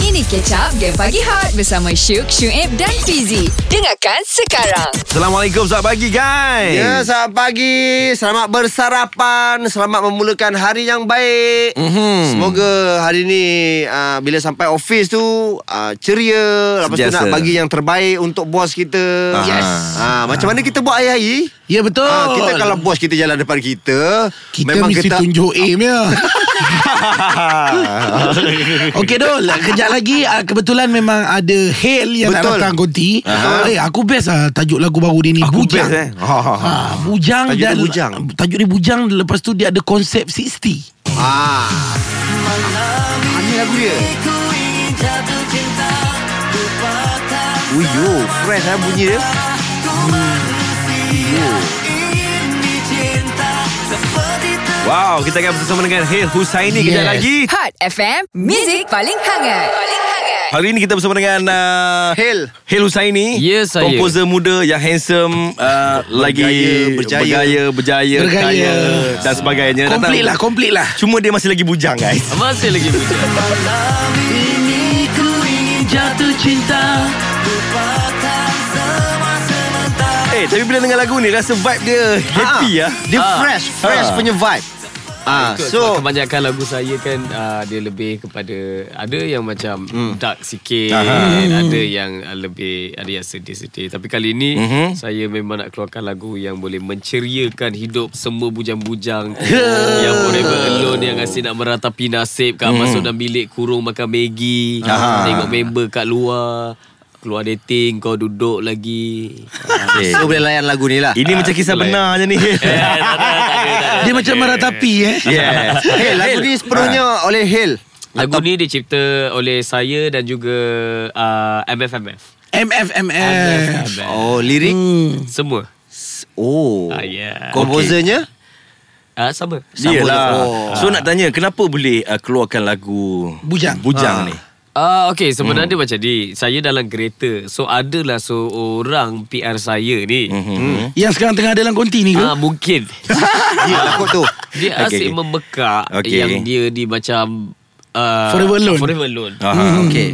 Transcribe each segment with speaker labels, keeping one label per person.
Speaker 1: Ini Catch Up Game Pagi Hot Bersama Syuk, Syuib dan Fizi Dengarkan sekarang
Speaker 2: Assalamualaikum Selamat pagi guys
Speaker 3: Ya, selamat pagi. Selamat bersarapan. Selamat memulakan hari yang baik. Mm-hmm. Semoga hari ni uh, bila sampai office tu uh, ceria. Lepas
Speaker 2: Sentiasa.
Speaker 3: tu nak bagi yang terbaik untuk bos kita.
Speaker 2: Yes.
Speaker 3: Uh, macam mana kita buat hari-hari?
Speaker 4: Ya betul
Speaker 3: Ah, kita kalau bos kita jalan depan kita,
Speaker 4: kita mesti kita... tunjuk aim ya Okey Dol Kejap lagi ah, Kebetulan memang ada Hail yang
Speaker 3: Betul.
Speaker 4: nak datang konti uh-huh. Eh aku best lah Tajuk lagu baru dia ni
Speaker 2: Aku
Speaker 4: Bujang
Speaker 2: best eh
Speaker 4: ha, Bujang
Speaker 3: Tajuk dia
Speaker 4: dan
Speaker 3: Bujang.
Speaker 4: Tajuk dia Bujang Lepas tu dia ada konsep 60
Speaker 3: Ah. Ah, Ni lagu dia. Uyo, fresh lah bunyi dia.
Speaker 2: Wow Kita akan bersama dengan Hil Husaini yes. Kejap
Speaker 4: Yes.
Speaker 2: lagi
Speaker 1: Hot FM Music paling hangat Paling hangat
Speaker 2: Hari ini kita bersama dengan uh,
Speaker 3: Hail.
Speaker 2: Hil Husaini
Speaker 5: Ya, saya.
Speaker 2: Komposer muda yang handsome uh, Lagi
Speaker 3: berjaya.
Speaker 2: Bergaya Berjaya
Speaker 4: Bergaya.
Speaker 2: Kaya Dan sebagainya
Speaker 4: Komplit lah Komplit lah
Speaker 2: Cuma dia masih lagi bujang guys
Speaker 5: Masih lagi bujang
Speaker 4: Ini ku ingin jatuh cinta
Speaker 2: Eh tapi bila dengar lagu ni Rasa vibe dia Happy ya.
Speaker 3: Ah, Dia
Speaker 5: Ah.
Speaker 3: fresh, fresh
Speaker 2: Ah.
Speaker 3: punya vibe. Ah,
Speaker 5: So
Speaker 3: so
Speaker 5: Kebanyakan lagu saya kan uh, Dia lebih kepada Ada yang macam Dark sikit
Speaker 2: Hmm. Aha. Hmm.
Speaker 5: Ada yang ah, lebih Ada yang sedih-sedih Tapi kali ini
Speaker 2: Mhm.
Speaker 5: Saya memang nak keluarkan lagu Yang boleh menceriakan hidup Semua bujang-bujang Yang forever alone Yang asyik nak meratapi nasib Kat masuk dalam bilik Kurung makan Maggi
Speaker 2: Hmm. Aha.
Speaker 5: Tengok member kat luar Keluar dating Kau duduk lagi
Speaker 2: okay.
Speaker 3: so Eh, boleh layan lagu ni lah.
Speaker 2: Ini macam kisah
Speaker 5: Lain.
Speaker 2: benar je ni
Speaker 5: Eh, tak ada, tak ada, tak ada.
Speaker 4: Dia macam meratapi eh
Speaker 3: Ya.
Speaker 2: Yes
Speaker 3: Hail, lagu ni sepenuhnya oleh Hail.
Speaker 5: Lagu ni dicipta oleh saya dan juga uh, MFMF.
Speaker 4: MFMF
Speaker 5: MFMF.
Speaker 3: Oh, lirik.
Speaker 5: Semua.
Speaker 3: Oh.
Speaker 5: Ah, yeah.
Speaker 3: Komposernya
Speaker 5: Uh, sama.
Speaker 2: Dia
Speaker 3: Sambung
Speaker 2: lah
Speaker 3: dia.
Speaker 2: oh. So nak tanya Kenapa boleh uh, keluarkan lagu
Speaker 4: Bujang.
Speaker 2: Bujang
Speaker 3: Ah.
Speaker 2: ni
Speaker 5: Ah uh, okey sebenarnya macam ni saya dalam kereta so adalah seorang PR saya ni mm-hmm.
Speaker 4: Yang sekarang tengah ada dalam konti ni ke?
Speaker 5: uh, mungkin
Speaker 3: dia takut tu.
Speaker 5: dia
Speaker 2: Okay, okay.
Speaker 5: asyik membekak
Speaker 2: Okay.
Speaker 5: yang dia di macam uh,
Speaker 4: Forever alone.
Speaker 5: forever alone Hmm,
Speaker 2: Aha,
Speaker 3: Okay.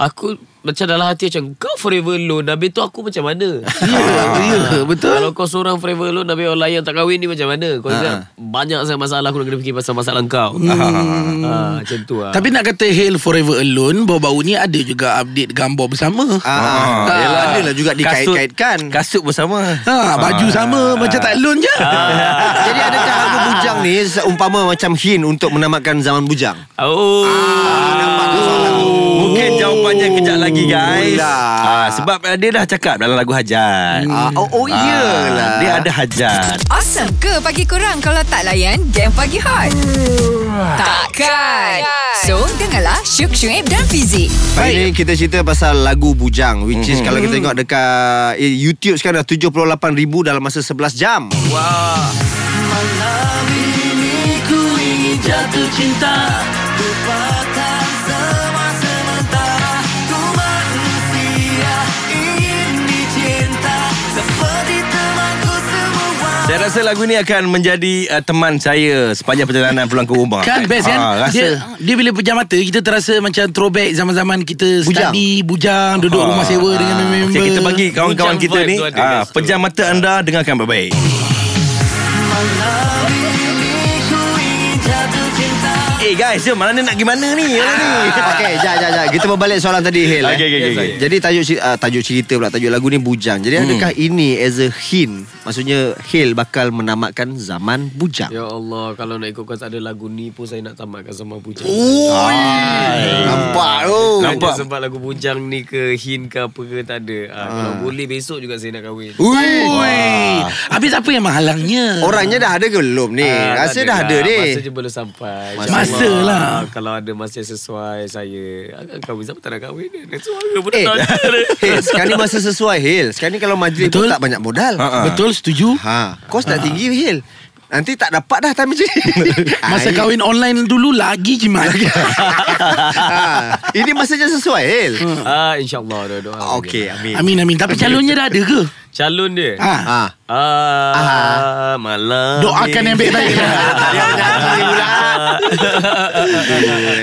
Speaker 5: Aku macam dalam hati macam Kau forever alone Habis tu aku macam mana
Speaker 4: Ya, ya, betul.
Speaker 5: Kalau kau seorang forever alone Habis orang lain tak kahwin ni macam mana Kau ingat Banyak sangat masalah Aku nak kena fikir pasal masalah kau
Speaker 2: Hmm.
Speaker 5: ha, Macam tu lah
Speaker 4: Ah. Tapi nak kata Hail Forever Alone Baru-baru ni ada juga update gambar bersama
Speaker 3: Ah, ah,
Speaker 2: Ah,
Speaker 3: ah,
Speaker 2: yelah.
Speaker 3: adalah juga dikait-kaitkan.
Speaker 2: Kasut bersama
Speaker 4: ha, Baju
Speaker 2: Ah.
Speaker 4: sama Macam tak alone je
Speaker 3: Jadi adakah lagu bujang ni seumpama macam hin untuk menamatkan zaman bujang?
Speaker 5: Oh
Speaker 2: Ah,
Speaker 3: nampak tu soalan tu.
Speaker 2: Mungkin jawapannya kejap lagi guys
Speaker 3: Ulah.
Speaker 2: ah, Sebab ah, dia dah cakap dalam lagu Hajat Ah,
Speaker 3: Ah, oh, oh iyalah.
Speaker 2: Dia ada hajat
Speaker 1: Awesome ke pagi korang Kalau tak layan Game Pagi Hot Takkan So dengarlah Syuk, Syuib dan Fizi
Speaker 3: Hari ni kita cerita pasal lagu Bujang Which is kalau kita tengok dekat eh, YouTube sekarang dah 78 ribu dalam masa 11 jam
Speaker 2: Saya rasa lagu ni akan menjadi uh, teman saya Sepanjang perjalanan pulang ke rumah
Speaker 4: Kan best kan
Speaker 2: Ah, Rasa
Speaker 4: dia, dia bila pejam mata Kita terasa macam throwback Zaman-zaman kita
Speaker 3: Bujang.
Speaker 4: study Bujang Duduk rumah sewa dengan member
Speaker 2: Okay, Ah. kita bagi kawan-kawan
Speaker 5: Bujang
Speaker 2: kita
Speaker 5: vibe
Speaker 2: ni
Speaker 5: tu ada
Speaker 2: ah,
Speaker 5: kat situ.
Speaker 2: Pejam mata anda Dengarkan baik-baik Eh guys jom Malam ni nak pergi mana ni Malam ni
Speaker 3: Okay, jap, jap, jap Kita berbalik soalan tadi Hil eh.
Speaker 2: Okey, okey, okey, okey.
Speaker 3: Jadi tajuk, ceri- ah, tajuk cerita pula Tajuk lagu ni Bujang Jadi adakah ini as a hint Maksudnya Hil bakal menamatkan zaman Bujang
Speaker 5: Ya Allah Kalau nak ikutkan tak ada lagu ni pun Saya nak tamatkan sama bujang
Speaker 2: Oh,
Speaker 3: Ah, Nampak oh. tu
Speaker 5: Nampak Oh, sebab lagu bujang ni ke Hin ke apa ke tak ada ha, Kalau boleh besok juga saya nak kahwin
Speaker 3: Ui.
Speaker 4: Ui, Habis apa yang menghalangnya
Speaker 3: Orangnya dah ada ke belum ni?
Speaker 5: Ah,
Speaker 3: Rasa
Speaker 5: tak
Speaker 3: dah ada
Speaker 5: lah.
Speaker 3: ni Eh,
Speaker 5: Masa je belum sampai
Speaker 3: Masa
Speaker 5: InsyaAllah.
Speaker 4: Masa lah.
Speaker 5: Kalau ada masa yang sesuai Saya akan kahwin Siapa tak nak kahwin ni Nak suara pun
Speaker 3: Eh,
Speaker 5: tak ada
Speaker 3: Hil, sekarang ni masa sesuai Hil Sekarang ni kalau majlis
Speaker 4: Betul.
Speaker 3: pun tak banyak modal
Speaker 2: Ah, ah.
Speaker 4: Betul setuju
Speaker 3: Ha, kos tak tinggi Hil. Nanti tak dapat dah time macam ni. Ah,
Speaker 4: Masa
Speaker 3: ini-
Speaker 4: kahwin online dulu Lagi jimat
Speaker 3: ha, ini masa je sesuai Hil.
Speaker 5: ah, InsyaAllah doa-doa
Speaker 3: Okey, amin.
Speaker 4: Amin amin Tapi calonnya dah ada ke?
Speaker 5: Calon dia
Speaker 4: Ha.
Speaker 3: Ha.
Speaker 5: Ah, malam
Speaker 4: Doakan
Speaker 5: ni.
Speaker 4: yang baik-baik lah.
Speaker 3: Dia nak pula.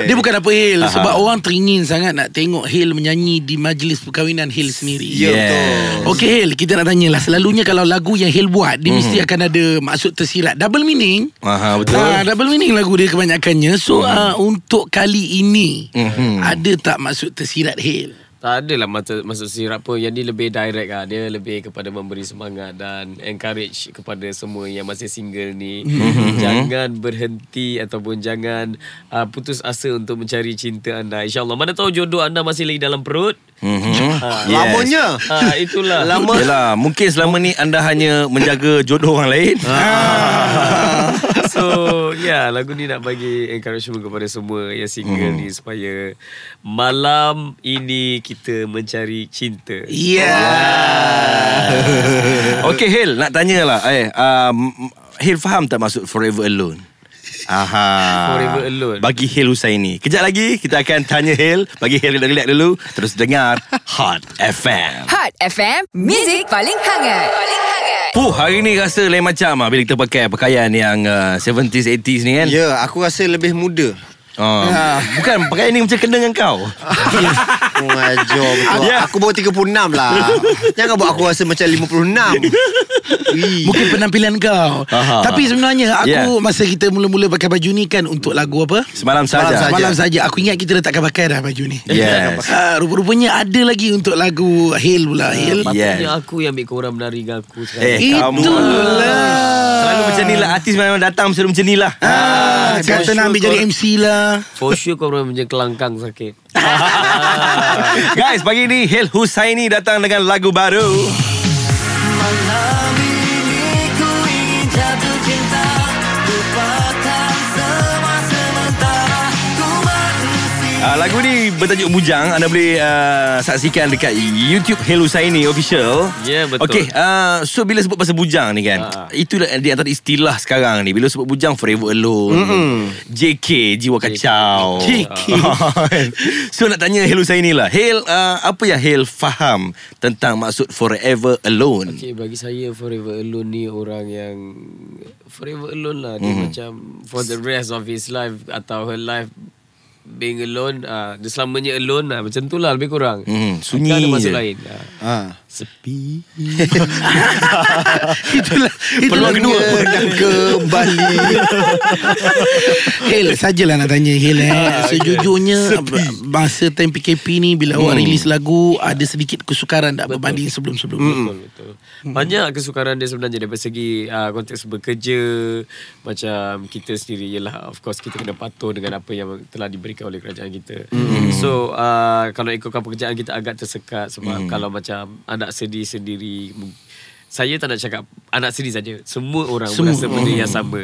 Speaker 4: Dia bukan apa Hil Sebab orang teringin sangat Nak tengok Hil menyanyi Di majlis perkahwinan Hil sendiri
Speaker 3: Ya betul
Speaker 4: Okey Hil Kita nak tanyalah Selalunya kalau lagu yang Hil buat Dia mesti akan ada Maksud tersirat Double meaning
Speaker 2: Aha, Hmm. betul. Hmm.
Speaker 4: Ah, double meaning lagu dia kebanyakannya So ah, untuk kali ini
Speaker 2: Mhm,
Speaker 4: Ada tak maksud tersirat Hil?
Speaker 5: Tak adalah masa, masuk sirap pun Yang ni lebih direct lah Dia lebih kepada memberi semangat Dan encourage kepada semua yang masih single ni Jangan berhenti Ataupun jangan uh, putus asa untuk mencari cinta anda InsyaAllah Mana tahu jodoh anda masih lagi dalam perut
Speaker 2: Mhm.
Speaker 5: Ah,
Speaker 2: Yes.
Speaker 3: Lamanya
Speaker 5: ah, Itulah
Speaker 3: Lama
Speaker 2: Yelah, mungkin selama ni anda hanya menjaga jodoh orang lain.
Speaker 5: So yeah lagu ni nak bagi encouragement kepada semua yang single hmm. ni Supaya malam ini kita mencari cinta
Speaker 4: Yeah.
Speaker 2: Okey Hil, nak tanyalah. Eh, um, Hil faham tak maksud forever alone? Aha.
Speaker 5: Forever Alone.
Speaker 2: Bagi Hil Husaini. Kejap lagi kita akan tanya Hil. Bagi Hil relax dulu. Terus dengar Hot FM.
Speaker 1: Hot FM, Music paling hangat. Paling hangat.
Speaker 2: Puh, hari ni rasa lain macam ah bila kita pakai pakaian yang uh, 70s 80s ni kan.
Speaker 3: Ya aku rasa lebih muda
Speaker 2: Uh, bukan pakaian ni macam kena dengan kau.
Speaker 3: Mengajar betul
Speaker 2: Ya.
Speaker 3: Aku baru 36 lah Jangan buat aku rasa macam 56 Ui.
Speaker 4: Mungkin penampilan kau
Speaker 2: Aha.
Speaker 4: Tapi sebenarnya Aku
Speaker 2: Yeah.
Speaker 4: masa kita mula-mula pakai baju ni kan Untuk lagu apa?
Speaker 2: Semalam
Speaker 3: Semalam
Speaker 2: saja.
Speaker 3: saja.
Speaker 4: Malam saja Aku ingat kita letakkan pakai dah baju ni
Speaker 2: Yes.
Speaker 4: Ah, rupa-rupanya ada lagi untuk lagu Hail pula
Speaker 5: Ah,
Speaker 4: Hail.
Speaker 2: Yes.
Speaker 5: Patutnya aku yang ambil korang menari dengan aku sekarang.
Speaker 2: Eh, kamu.
Speaker 4: Itulah.
Speaker 2: Selalu macam ni lah Artis memang datang Selalu macam ni lah
Speaker 4: Ah, kata
Speaker 5: sure
Speaker 4: nak ambil jadi
Speaker 5: kau-
Speaker 4: MC lah.
Speaker 5: For sure korang macam kelangkang sakit.
Speaker 2: Guys pagi ni Hil Husaini datang dengan lagu baru Uh, lagu ni bertajuk Bujang Anda boleh uh, saksikan dekat YouTube Hil Husaini official
Speaker 5: Ya, betul.
Speaker 2: Okay uh, So bila sebut pasal bujang ni kan
Speaker 3: Ah.
Speaker 5: Ha.
Speaker 2: Itulah di antara istilah sekarang ni Bila sebut bujang Forever Alone JK Jiwa Kacau
Speaker 4: JK.
Speaker 2: so nak tanya Hil Husaini lah Hil uh, Apa yang Hil faham Tentang maksud Forever Alone okay.
Speaker 5: Okay, bagi saya Forever Alone ni orang yang Forever Alone lah.
Speaker 2: Mhm.
Speaker 5: Dia macam for the rest of his life atau her life being alone. ah dia selamanya alone lah. Macam tu lah lebih kurang.
Speaker 2: Hmm, sunyi
Speaker 5: Takkan ada maksud
Speaker 2: je.
Speaker 5: lain. Ah.
Speaker 3: ha.
Speaker 5: Sepi.
Speaker 4: Itulah. Itulah kedua.
Speaker 3: Pernah ke Bali
Speaker 4: Hail sajalah nak tanya Hail eh. Sejujurnya masa time PKP ni bila awak rilis lagu ada sedikit kesukaran tak berbanding sebelum-sebelum. ni?
Speaker 5: Betul, Hmm. betul. Banyak kesukaran dia sebenarnya daripada segi uh, konteks bekerja macam kita sendiri ialah of course kita kena patuh dengan apa yang telah diberikan oleh kerajaan kita. Mm. So uh, kalau ikutkan pekerjaan kita agak tersekat sebab mm. kalau macam anak sedih sendiri m- saya tak nak cakap anak sendiri saja. Semua orang
Speaker 4: Semua.
Speaker 5: Semua. merasa benda yang sama.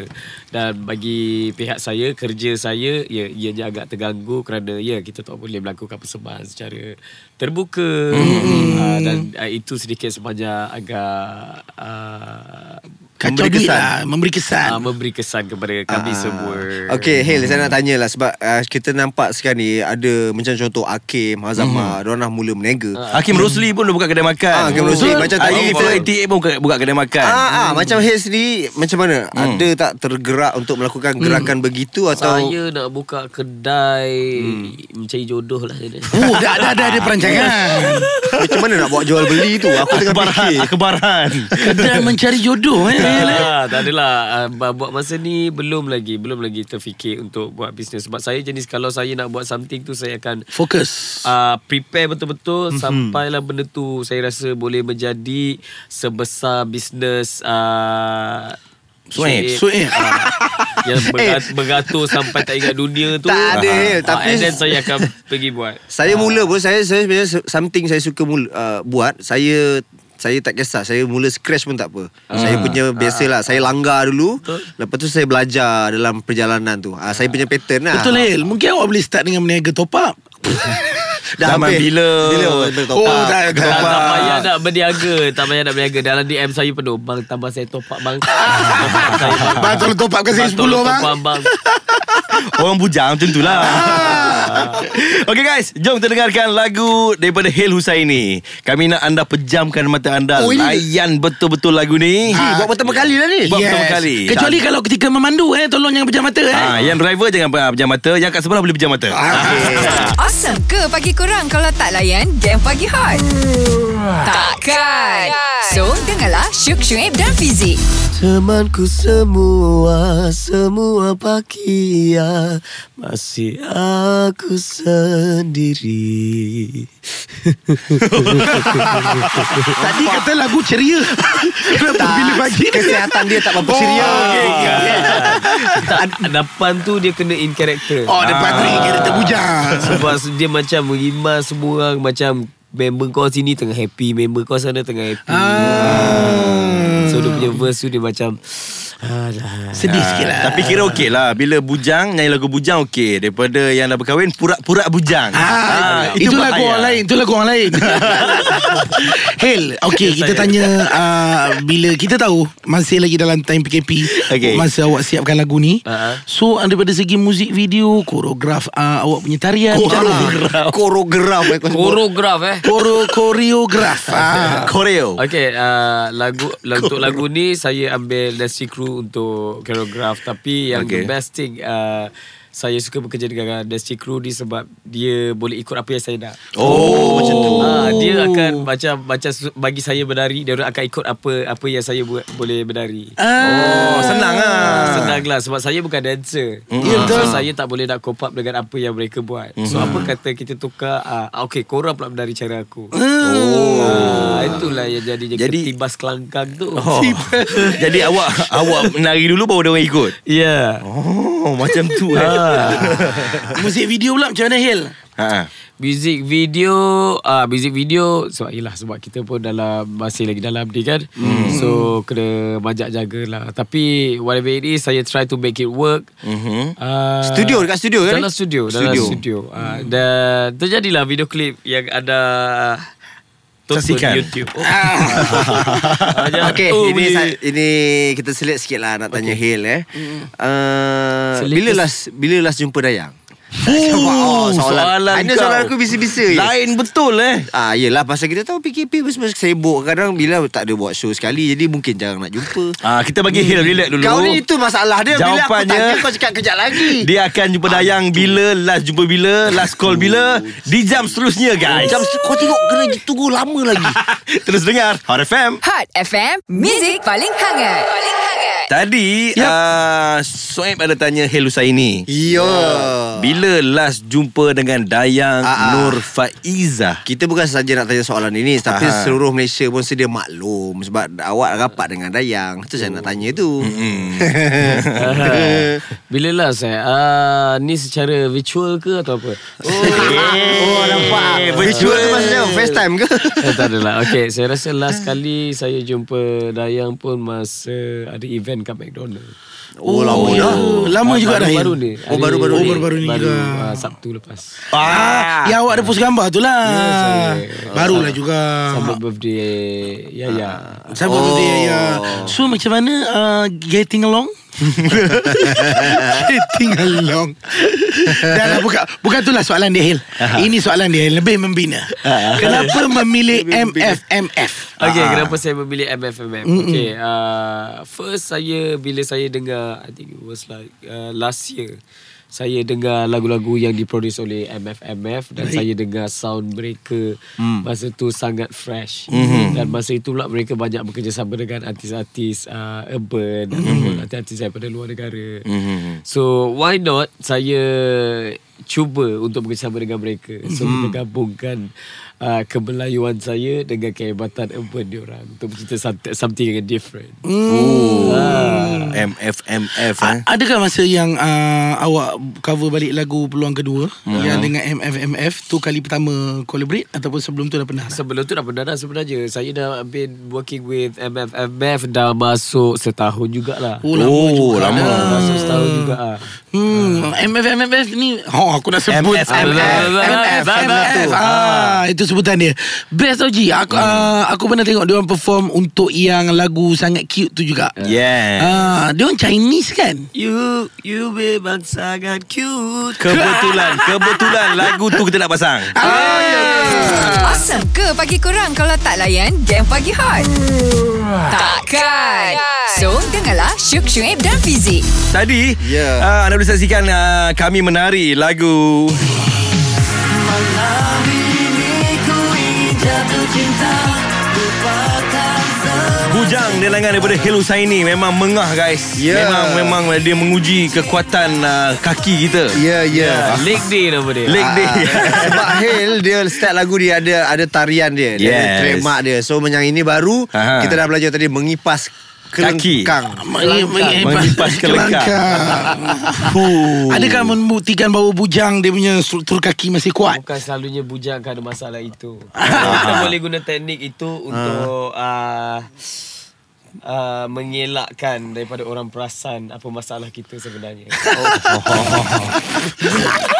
Speaker 5: Dan bagi pihak saya, kerja saya, ya ianya agak terganggu kerana ya kita tak boleh melakukan persembahan secara terbuka. Mm. Uh, dan uh, itu sedikit sebanyak agak uh,
Speaker 4: Kacau
Speaker 3: Memberi
Speaker 4: duit
Speaker 3: kesan.
Speaker 4: lah, memberi
Speaker 5: uh,
Speaker 4: kesan.
Speaker 5: memberi kesan kepada kami semua.
Speaker 3: Okay Hil Ah. Saya nak tanya lah Sebab uh, kita nampak sekarang ni Ada macam contoh Hakim Hazamah mm-hmm. Diorang dah mula meniaga
Speaker 2: Hakim Rosli pun dah buka kedai makan
Speaker 3: Ah, Hakim Rosli. Macam tadi
Speaker 2: Ayi
Speaker 3: kita-
Speaker 2: 488 pun buka, buka kedai makan
Speaker 3: Ah, ah, macam Hil sendiri Macam mana Ada tak tergerak Untuk melakukan gerakan begitu Atau
Speaker 5: Saya nak buka kedai mencari jodoh lah saya.
Speaker 4: Oh, dah dah dah ada perancangan.
Speaker 3: Macam mana nak buat jual beli tu Aku tengah
Speaker 2: Akbaran
Speaker 3: fikir
Speaker 2: Akbaran
Speaker 4: Dan mencari jodoh eh.
Speaker 5: Tak
Speaker 4: Hail, eh.
Speaker 5: adalah, tak adalah. Ah, bu- Buat masa ni belum lagi, belum lagi terfikir untuk buat bisnes. Sebab saya jenis kalau saya nak buat something tu saya akan
Speaker 4: Fokus.
Speaker 5: uh, prepare betul-betul mm-hmm. sampailah benda tu saya rasa boleh menjadi sebesar bisnes uh,
Speaker 2: Suhaib.
Speaker 4: Suhaib.
Speaker 5: Ah, yang bergat, bergatur sampai tak ingat dunia tu
Speaker 3: Tak ada, Hil.
Speaker 5: Ah,
Speaker 3: Tapi-
Speaker 5: and then saya akan pergi buat
Speaker 3: Saya mula pun Saya saya sebenarnya se- Something saya suka mula, uh, Buat Saya saya tak kisah Saya mula scratch pun tak apa
Speaker 5: Ah.
Speaker 3: Saya punya biasalah Saya langgar dulu Lepas tu saya belajar Dalam perjalanan tu Ah, Saya punya pattern lah
Speaker 4: Betul Hail, mungkin awak boleh start dengan meniaga top up.
Speaker 3: Dah
Speaker 2: Zaman
Speaker 3: habis
Speaker 2: bila?
Speaker 3: Eh, Bila bertopang
Speaker 4: Oh, dah- dah-
Speaker 5: Ah, Tak, tak
Speaker 2: Abang.
Speaker 5: payah nak berniaga Tak payah nak berniaga Dalam DM saya penuh Bang tambah saya top up bang
Speaker 4: Bang tolong top up ke saya 10 bang
Speaker 5: Bang bang
Speaker 2: Orang bujang tentulah
Speaker 4: Ah.
Speaker 2: Okay guys Jom kita dengarkan lagu Daripada Hil Husaini Kami nak anda pejamkan mata anda
Speaker 4: Oh, ini-
Speaker 2: Layan betul-betul lagu ni
Speaker 3: Ji, buat pertama kali lah ni
Speaker 2: Buat pertama kali.
Speaker 4: Kecuali kalau ketika memandu eh Tolong jangan pejam mata eh
Speaker 2: Ah, Yang driver jangan ah, pejam mata Yang kat sebelah boleh pejam mata
Speaker 4: Ah,
Speaker 1: Awesome ke pagi korang kalau tak layan game pagi hot? Takkan. So, dengarlah Syuk, Syuib dan Fizik.
Speaker 3: Temanku semua Semua pakia Masih aku sendiri
Speaker 4: Tadi kata lagu ceria Kenapa bila pagi
Speaker 3: Kesihatan dia tak
Speaker 5: Oh,
Speaker 3: berapa ceria
Speaker 5: Ya. tak, Depan tu dia kena in character
Speaker 4: Oh depan tu Kira
Speaker 2: Ah.
Speaker 4: terbujang
Speaker 5: Sebab dia macam mengimbas semua orang Macam member kau sini tengah happy Member kau sana tengah happy ah. So dia punya verse tu dia macam Alah
Speaker 4: Sedih sikit lah
Speaker 2: Ah, Tapi kira okey lah Bila bujang Nyanyi lagu bujang okey Daripada yang dah berkahwin Pura-pura bujang
Speaker 4: Ah,
Speaker 2: Ah,
Speaker 4: itu, itu lagu
Speaker 2: bahaya.
Speaker 4: orang lain Itu lagu orang lain Hel Okay kita tanya uh, Bila kita tahu Masih lagi dalam time PKP
Speaker 2: Okay.
Speaker 4: Masa awak siapkan lagu ni
Speaker 5: Ah.
Speaker 4: So ah, daripada segi muzik video Koreograf uh, Awak punya tarian macam mana?
Speaker 3: Koreograf eh, kau sebut.
Speaker 5: Koreograf eh
Speaker 4: Koro Koreograf ah.
Speaker 2: Koreo
Speaker 5: Okay uh, lagu lagu untuk lagu ni saya ambil Nancy Crew untuk choreograph tapi yang
Speaker 2: Okay.
Speaker 5: okay. the best thing uh, saya suka bekerja dengan Nancy Crew ni sebab dia boleh ikut apa yang saya nak.
Speaker 2: Oh, macam tu
Speaker 5: Ah, dia akan macam macam su- bagi saya berlari dia orang akan ikut apa apa yang saya buat, boleh berlari.
Speaker 4: Ah.
Speaker 2: Oh senang lah
Speaker 5: Senang lah Sebab saya bukan dancer
Speaker 2: Ya,
Speaker 5: mm. So saya tak boleh nak cope up Dengan apa yang mereka buat So apa kata kita tukar uh, Okay korang pula dari cara aku oh. Itulah yang jadinya
Speaker 2: Jadi-
Speaker 5: Jadi, Ketibas kelangkang tu
Speaker 2: Oh. Jadi awak awak menari dulu baru dia orang ikut.
Speaker 5: Ya yeah.
Speaker 2: Oh, macam tu eh.
Speaker 4: Muzik video pula macam mana Hel
Speaker 2: Ha.
Speaker 5: Music video ah uh, Music video Sebab yelah Sebab kita pun dalam Masih lagi dalam ni kan mm. So kena Majak jagalah Tapi Whatever it is Saya try to make it work
Speaker 2: Mhm.
Speaker 5: Ah,
Speaker 3: Studio, dekat studio ke
Speaker 5: Dalam
Speaker 3: ni?
Speaker 5: studio, dalam
Speaker 2: Studio.
Speaker 5: studio. studio. Ah, dan terjadilah video klip yang ada tonton
Speaker 2: Saksikan.
Speaker 5: YouTube. Oh.
Speaker 3: Ah,
Speaker 5: Ah, jangan-
Speaker 3: Okay,
Speaker 5: oh,
Speaker 3: ini
Speaker 5: boleh.
Speaker 3: sa- ini kita selit sikit lah nak tanya okay. Hil eh. Uh,
Speaker 5: Selit
Speaker 3: bila
Speaker 5: kes-
Speaker 3: last bila last jumpa Dayang? Oh,
Speaker 5: soalan
Speaker 3: Ini
Speaker 5: kau.
Speaker 3: soalan aku bisa-bisa je.
Speaker 2: Lain betul eh.
Speaker 3: Ah, yelah pasal kita tahu PKP pun semua sibuk kadang bila tak ada buat show sekali jadi mungkin jarang nak jumpa.
Speaker 2: Ah, kita bagi Hil relax dulu.
Speaker 3: Kau ni itu masalah dia bila aku
Speaker 2: Jawapannya-
Speaker 3: tanya kau cakap kejap lagi.
Speaker 2: dia akan jumpa dayang bila Last jumpa bila Last call bila Di jam seterusnya guys
Speaker 3: Jam kau tengok kena tunggu lama lagi.
Speaker 2: Terus dengar Hot FM
Speaker 1: Hot FM, music paling hangat. Paling hangat.
Speaker 2: Tadi yep. uh, Soeb ada tanya Hil Husaini
Speaker 3: Yo.
Speaker 2: Bila last jumpa dengan Dayang
Speaker 3: Ah, ah.
Speaker 2: Nur Faizah
Speaker 3: Kita bukan saja nak tanya soalan ini Tapi
Speaker 2: Aha.
Speaker 3: seluruh Malaysia pun sedia maklum Sebab awak rapat dengan Dayang Itu saya nak tanya tu
Speaker 5: Ah, Bila last eh? Ah, ni secara virtual ke atau apa?
Speaker 3: Oh nampak Virtual tu maksudnya FaceTime ke?
Speaker 5: eh, tak adalah. Okay, saya rasa last kali saya jumpa Dayang pun masa ada event kat McDonald. Ah,
Speaker 3: Oh lama
Speaker 4: ya. Lama juga dah
Speaker 5: Baru-baru
Speaker 4: Hel.
Speaker 5: ni.
Speaker 3: Oh,
Speaker 5: Hari-
Speaker 3: baru-baru
Speaker 4: ni. Oh, baru-baru ni
Speaker 5: Baru,
Speaker 4: juga.
Speaker 5: ah, Sabtu lepas.
Speaker 4: Ah, Yang awak ada post gambar tu lah Barulah juga
Speaker 5: Sambut birthday Yaya.
Speaker 4: Sama oh. dia ya. So macam mana uh, Getting along Getting along Dah lah bukan Bukan itulah soalan dia Hil Ini soalan dia Hil, Lebih membina Kenapa memilih MFMF
Speaker 5: Okay, kenapa saya memilih MFMF? Ah. Mm-mm. Okay, uh, first saya bila saya dengar, I think it was like uh, last year, saya dengar lagu-lagu yang diproduce oleh MFMF dan saya dengar sound mereka mm. masa tu sangat fresh mm-hmm. dan masa itu pula mereka banyak bekerjasama dengan artis-artis uh, urban mm-hmm. artis-artis daripada luar negara. Mm-hmm. So why not saya cuba untuk bekerjasama dengan mereka. So hmm. kita gabungkan uh, kemelayuan saya dengan kehebatan urban diorang untuk mencipta something, something yang different. Hmm.
Speaker 2: Ah. MFMF eh.
Speaker 4: A- Adakah masa yang uh, awak cover balik lagu peluang kedua Yang dengan MFMF Tu kali pertama collaborate Ataupun sebelum tu dah pernah
Speaker 5: Sebelum tu dah pernah dah sebenarnya. Saya dah been working with MFMF dah masuk setahun jugalah.
Speaker 4: lama
Speaker 2: Oh,
Speaker 4: juga
Speaker 2: lama.
Speaker 5: Hmm.
Speaker 4: dah.
Speaker 5: Dah masuk setahun juga ah.
Speaker 4: Hmm, MFMF ni ha Oh aku nak sebut
Speaker 2: MF, MF.
Speaker 4: MF, MF.
Speaker 5: Oh,
Speaker 4: Ah, itu sebutan dia. Best OG. Aku ah, aku pernah tengok dia orang perform untuk yang lagu sangat cute tu juga.
Speaker 2: Yeah.
Speaker 4: Ah, dia orang Chinese kan?
Speaker 5: You You memang sangat cute
Speaker 2: Kebetulan Kebetulan lagu tu kita nak pasang
Speaker 3: Ah.
Speaker 1: Awesome ke pagi korang kalau tak layan game pagi hot? Takkan. So, dengarlah Syuk Syuib dan Fizik.
Speaker 2: Tadi
Speaker 3: Ya.
Speaker 2: ah, Anda boleh saksikan ah, Kami menari lagu Bujang di lengan daripada Hil Husaini Memang mengah guys
Speaker 3: Ya.
Speaker 2: Memang memang dia menguji kekuatan ah, kaki kita
Speaker 3: Ya, ya.
Speaker 5: Leg day nama dia
Speaker 2: Leg day
Speaker 3: Ah. Sebab Hale dia start lagu dia ada ada tarian dia, dia ada
Speaker 2: Yes.
Speaker 3: trademark dia. So yang ini baru
Speaker 2: Aha.
Speaker 3: kita dah belajar tadi mengipas
Speaker 2: Kaki.
Speaker 3: kelengkang.
Speaker 2: Mengipas kelengkang. Huh.
Speaker 4: Adakah membuktikan bahawa bujang dia punya struktur kaki masih kuat?
Speaker 5: Bukan selalunya bujang kan ada masalah itu Kita boleh guna teknik itu untuk
Speaker 4: Ha.
Speaker 5: uh, uh, Mengelakkan daripada orang perasan Apa masalah kita sebenarnya
Speaker 4: Oh.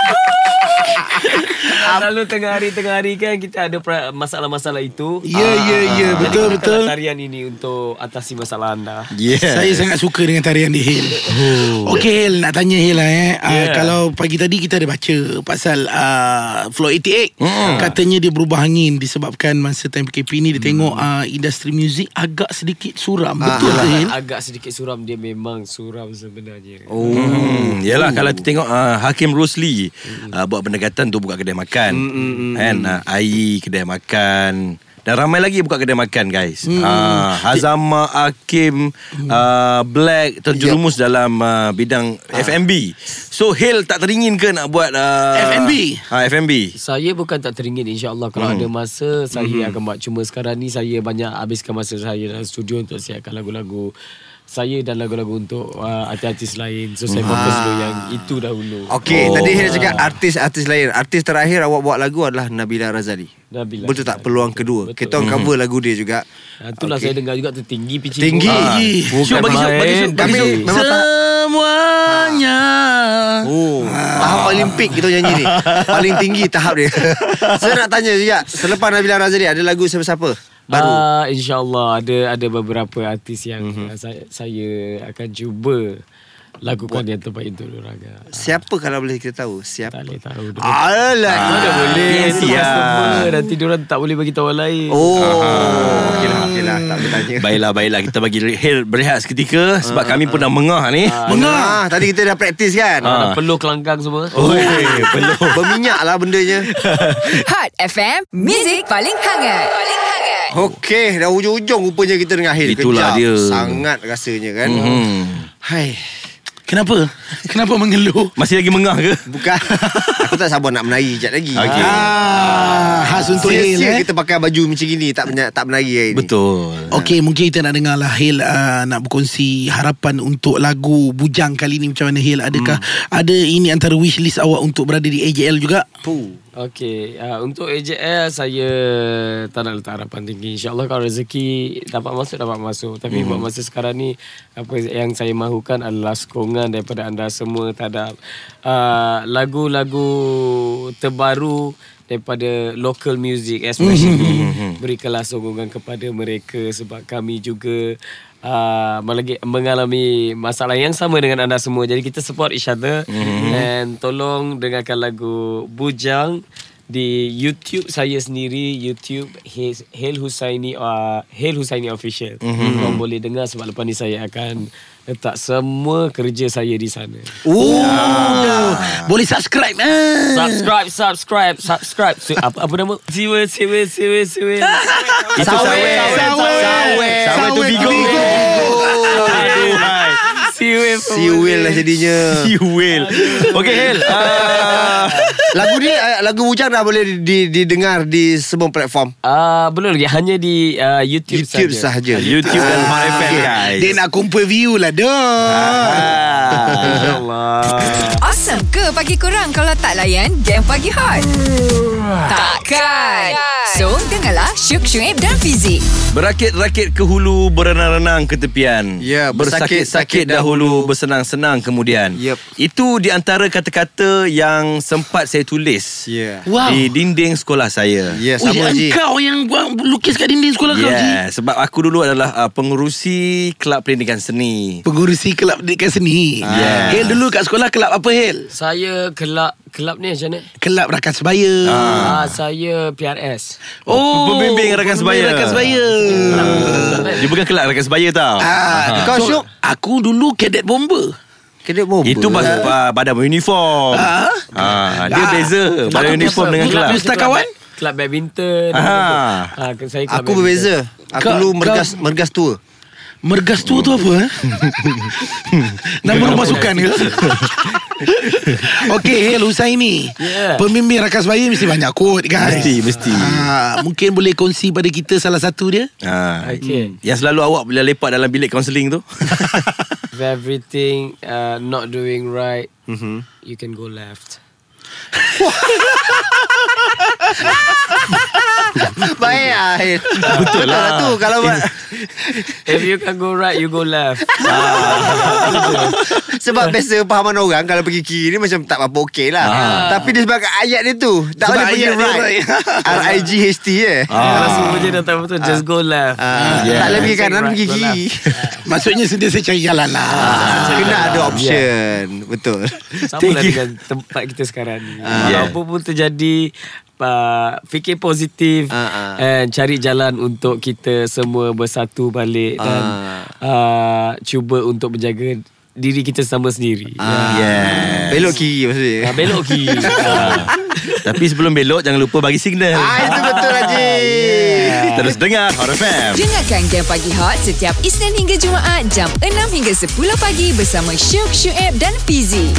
Speaker 5: Lalu tengah hari Tengah hari kan kita ada pra- masalah-masalah itu Ah,
Speaker 4: Ya, ya, ya.
Speaker 5: Jadi
Speaker 4: Betul,
Speaker 5: gunakanlah
Speaker 4: betul.
Speaker 5: Tarian ini untuk atasi masalah anda
Speaker 2: Yeah.
Speaker 4: Saya sangat suka dengan tarian dia Hil Okay Hil Nak tanya Hil lah eh Oh. yeah. uh,
Speaker 5: Yeah.
Speaker 4: Kalau pagi tadi kita ada baca Pasal uh, Floor 88 Katanya dia berubah angin Disebabkan masa time PKP ni Dia tengok uh, industri muzik Agak sedikit suram Betul ke Hil?
Speaker 5: Agak sedikit suram Dia memang suram sebenarnya
Speaker 2: Hmm, yalah kalau kita tengok uh, Hakim Rosli uh, buat pendekatan tu buka kedai makan. Kan uh, AI kedai makan. Dan ramai lagi buka kedai makan guys. Mm. Uh, Hazama Hakim uh, Black terjerumus yep. dalam uh, bidang F&B. So Hil tak teringin ke nak buat uh,
Speaker 4: F&B?
Speaker 2: Uh, F&B.
Speaker 5: Saya bukan tak teringin InsyaAllah Kalau hmm. ada masa Saya akan buat Cuma sekarang ni Saya banyak habiskan masa saya Dalam studio Untuk siapkan lagu-lagu Saya dan lagu-lagu Untuk uh, artis-artis lain So saya fokus dulu Yang itu dahulu
Speaker 3: Okey,
Speaker 2: Oh.
Speaker 3: oh. tadi Hale cakap artis-artis lain. Artis terakhir awak buat lagu adalah Nabila Razali.
Speaker 5: Nabila
Speaker 3: Betul tak peluang kedua?
Speaker 5: Betul.
Speaker 3: Kita orang
Speaker 2: Hmm.
Speaker 3: cover lagu dia juga.
Speaker 5: Ah, Itulah okay. saya dengar juga tu Tinggi picit
Speaker 3: Tinggi.
Speaker 5: Ah,
Speaker 2: Syuk, bagi Syuk,
Speaker 5: Bukan
Speaker 2: bagi
Speaker 5: main
Speaker 2: Syuk, bagi
Speaker 3: Kami
Speaker 2: Syuk.
Speaker 3: memang tak
Speaker 4: Semuanya Ah.
Speaker 3: Oh, tahap Olimpik kita nyanyi ni. Paling tinggi tahap dia. Saya nak tanya juga, selepas Nabila Razali ada lagu siapa-siapa? Baru.
Speaker 5: Ah, InsyaAllah ada ada beberapa artis yang mm-hmm. saya, saya akan cuba lakukan yang terbaik untuk orang.
Speaker 3: Siapa kalau boleh kita tahu? Siapa?
Speaker 5: Tak boleh tahu. dulu.
Speaker 3: Ah, Alah.
Speaker 5: Mana boleh
Speaker 2: Ah, Yes, ya.
Speaker 5: Customer Nanti diorang tak boleh bagi tahu orang lain
Speaker 3: Oh. Okey lah, okey lah. Tak boleh tanya.
Speaker 2: Baiklah baiklah kita bagi Hil berehat seketika sebab kami pun dah mengah ni.
Speaker 3: Mengah. Ah, tadi kita dah praktis kan? Ah,
Speaker 5: Nak peluh kelangkang semua
Speaker 2: Oi, Ah, eh, belum.
Speaker 3: Berminyak lah bendanya.
Speaker 1: Hot FM, Music paling hangat. Paling hangat.
Speaker 3: Okey, dah hujung-hujung rupanya kita dengan Hil.
Speaker 2: Itulah
Speaker 3: Kejap.
Speaker 2: dia.
Speaker 3: Sangat rasanya kan.
Speaker 2: Hmm.
Speaker 3: Hai.
Speaker 4: Kenapa? Kenapa mengeluh?
Speaker 2: Masih lagi mengah ke?
Speaker 3: Bukan. Aku tak sabar nak menari kejap lagi.
Speaker 2: Okey.
Speaker 4: Ah, khas untuk Hil
Speaker 3: Sia-sia
Speaker 4: eh
Speaker 3: kita pakai baju macam gini tak menya- tak menari hari ni.
Speaker 2: Betul.
Speaker 4: Okey, mungkin kita nak dengar lah Hil uh, nak berkongsi harapan untuk lagu Bujang kali ni macam mana Hil? Adakah hmm. ada ini antara wish list awak untuk berada di AJL juga?
Speaker 3: Puh.
Speaker 5: Okey, uh, untuk AJL saya tak nak letak harapan tinggi. InsyaAllah kalau rezeki dapat masuk, dapat masuk. Tapi buat masa sekarang ni, apa yang saya mahukan adalah sokongan daripada anda semua terhadap uh, lagu-lagu terbaru daripada local music especially. Berikanlah sokongan kepada mereka sebab kami juga uh, melagi, mengalami masalah yang sama dengan anda semua. Jadi kita support each other mm-hmm. and tolong dengarkan lagu Bujang di YouTube saya sendiri YouTube Hel Husaini uh, Hel Husaini official. Mm-hmm. Korang boleh dengar sebab lepas ni saya akan letak semua kerja saya di sana.
Speaker 4: Oh,
Speaker 2: Ah.
Speaker 4: boleh subscribe eh.
Speaker 5: Subscribe, subscribe, subscribe. So, apa apa nama? Siwe, siwe, siwe, siwe.
Speaker 2: Itu sawit.
Speaker 3: Sawit.
Speaker 2: Sawit. Sawit tu
Speaker 4: Sawit tu
Speaker 2: bigo.
Speaker 4: bigo.
Speaker 2: Aduhai.
Speaker 5: Siwe.
Speaker 3: Si Will lah jadinya.
Speaker 2: You will. Okay, Hel. Ah,
Speaker 3: lagu ni eh, lagu Bujang dah boleh di- didengar di semua platform.
Speaker 5: Ah, belum lagi hanya di uh, YouTube,
Speaker 3: YouTube
Speaker 5: sahaja.
Speaker 2: Ya,
Speaker 3: sahaja. Ah,
Speaker 2: YouTube dan Hot Ah. FM, guys.
Speaker 4: Dia nak kumpul view lah
Speaker 2: Ah,
Speaker 4: dah.
Speaker 5: InsyaAllah.
Speaker 1: Awesome ke pagi korang kalau tak layan game pagi hot? Takkan. So, dengarlah Syuk Syuib dan Fizik.
Speaker 2: Berakit-rakit ke hulu Berenang-renang ke tepian
Speaker 3: Ya,
Speaker 2: Bersakit-sakit
Speaker 3: bersakit-sakit
Speaker 2: dahulu Bersenang-senang kemudian
Speaker 3: Yep.
Speaker 2: Itu di antara kata-kata Yang sempat saya tulis
Speaker 3: Yeah.
Speaker 4: Wow.
Speaker 2: Di dinding sekolah saya
Speaker 3: Ya, yeah,
Speaker 4: Ui,
Speaker 3: sama Ji.
Speaker 4: engkau yang buat lukis kat dinding sekolah kau Ji.
Speaker 2: Yeah, sebab aku dulu adalah uh, pengurusi Kelab Pendidikan Seni
Speaker 4: Pengurusi kelab pendidikan seni.
Speaker 2: Ah.
Speaker 4: Hel dulu kat sekolah kelab apa Hel?
Speaker 5: Saya kelab kelab ni macam mana?
Speaker 4: Kelab rakan sebaya.
Speaker 5: Ah. saya PRS.
Speaker 4: Oh,
Speaker 2: Pembimbing rakan sebaya. Ah.
Speaker 4: Pembimbing rakan sebaya.
Speaker 2: Dia bukan kelab rakan sebaya tau
Speaker 4: Ah,
Speaker 3: Kau
Speaker 4: kau so,
Speaker 3: syuk?
Speaker 4: aku dulu cadet bomber.
Speaker 3: Kedek bomba.
Speaker 2: Itu bas, uh, badan uniform
Speaker 4: Ah.
Speaker 2: Ah, Dia
Speaker 4: Ah.
Speaker 2: beza Badan uniform dengan
Speaker 4: Kelab
Speaker 2: kelab
Speaker 4: tu ustaz kawan?
Speaker 5: Kelab badminton.
Speaker 2: Ah.
Speaker 5: Ha, saya kelab
Speaker 3: Aku
Speaker 5: badminton.
Speaker 3: berbeza. Aku
Speaker 4: Kau-
Speaker 3: dulu
Speaker 4: kau-
Speaker 3: mergas mergas tua.
Speaker 4: Mergas tua tu apa? eh? Nama rumah sukan ke? Okey, eh, Hel Husaini.
Speaker 5: Yeah.
Speaker 4: Pembimbing rakan sebaya mesti banyak kot, guys.
Speaker 2: Mesti, mesti.
Speaker 4: Ah, mungkin boleh kongsi pada kita salah satu dia?
Speaker 2: Ah,
Speaker 5: Okay.
Speaker 2: Yang selalu awak bila lepak dalam bilik kaunseling tu
Speaker 5: If everything uh, not doing right, mm-hmm. you can go left.
Speaker 3: Baik ah. Betul lah tu kalau buat-
Speaker 5: If you can go right, you go left.
Speaker 3: sebab biasa pahaman orang kalau pergi kiri ni macam tak apa okey lah. Tapi dia sebab ayat dia tu tak
Speaker 4: Sebab
Speaker 3: boleh pergi
Speaker 4: ayat dia
Speaker 3: right.
Speaker 4: right.
Speaker 3: R I G H T eh.
Speaker 5: Kalau semua je datang betul, just go left.
Speaker 3: Ah,
Speaker 2: Yeah.
Speaker 3: Tak boleh pergi
Speaker 5: Take
Speaker 3: kanan
Speaker 5: right,
Speaker 3: pergi
Speaker 5: go
Speaker 3: kiri. Ah,
Speaker 5: left.
Speaker 4: Maksudnya sendiri saya cari jalan lah.
Speaker 3: Kena ada option. Betul.
Speaker 5: Sama lah dengan tempat kita sekarang ni.
Speaker 3: Ah.
Speaker 2: Yeah.
Speaker 5: Uh, Apa pun terjadi, uh, fikir positif
Speaker 3: Ah, ah.
Speaker 5: and cari jalan untuk kita semua bersatu
Speaker 3: Ah.
Speaker 5: balik dan uh, cuba untuk menjaga diri kita sama sendiri.
Speaker 3: Ah,
Speaker 2: Yes.
Speaker 3: Belok kiri maksudnya.
Speaker 5: Uh, belok kiri. Ah.
Speaker 2: Tapi sebelum belok Jangan lupa bagi signal
Speaker 3: Ah itu betul Haji.
Speaker 2: Terus dengar Hot FM
Speaker 1: Dengarkan Game Pagi Hot setiap Isnin hingga Jumaat jam 6 hingga 10 pagi bersama Syuk Syuib dan Fizik.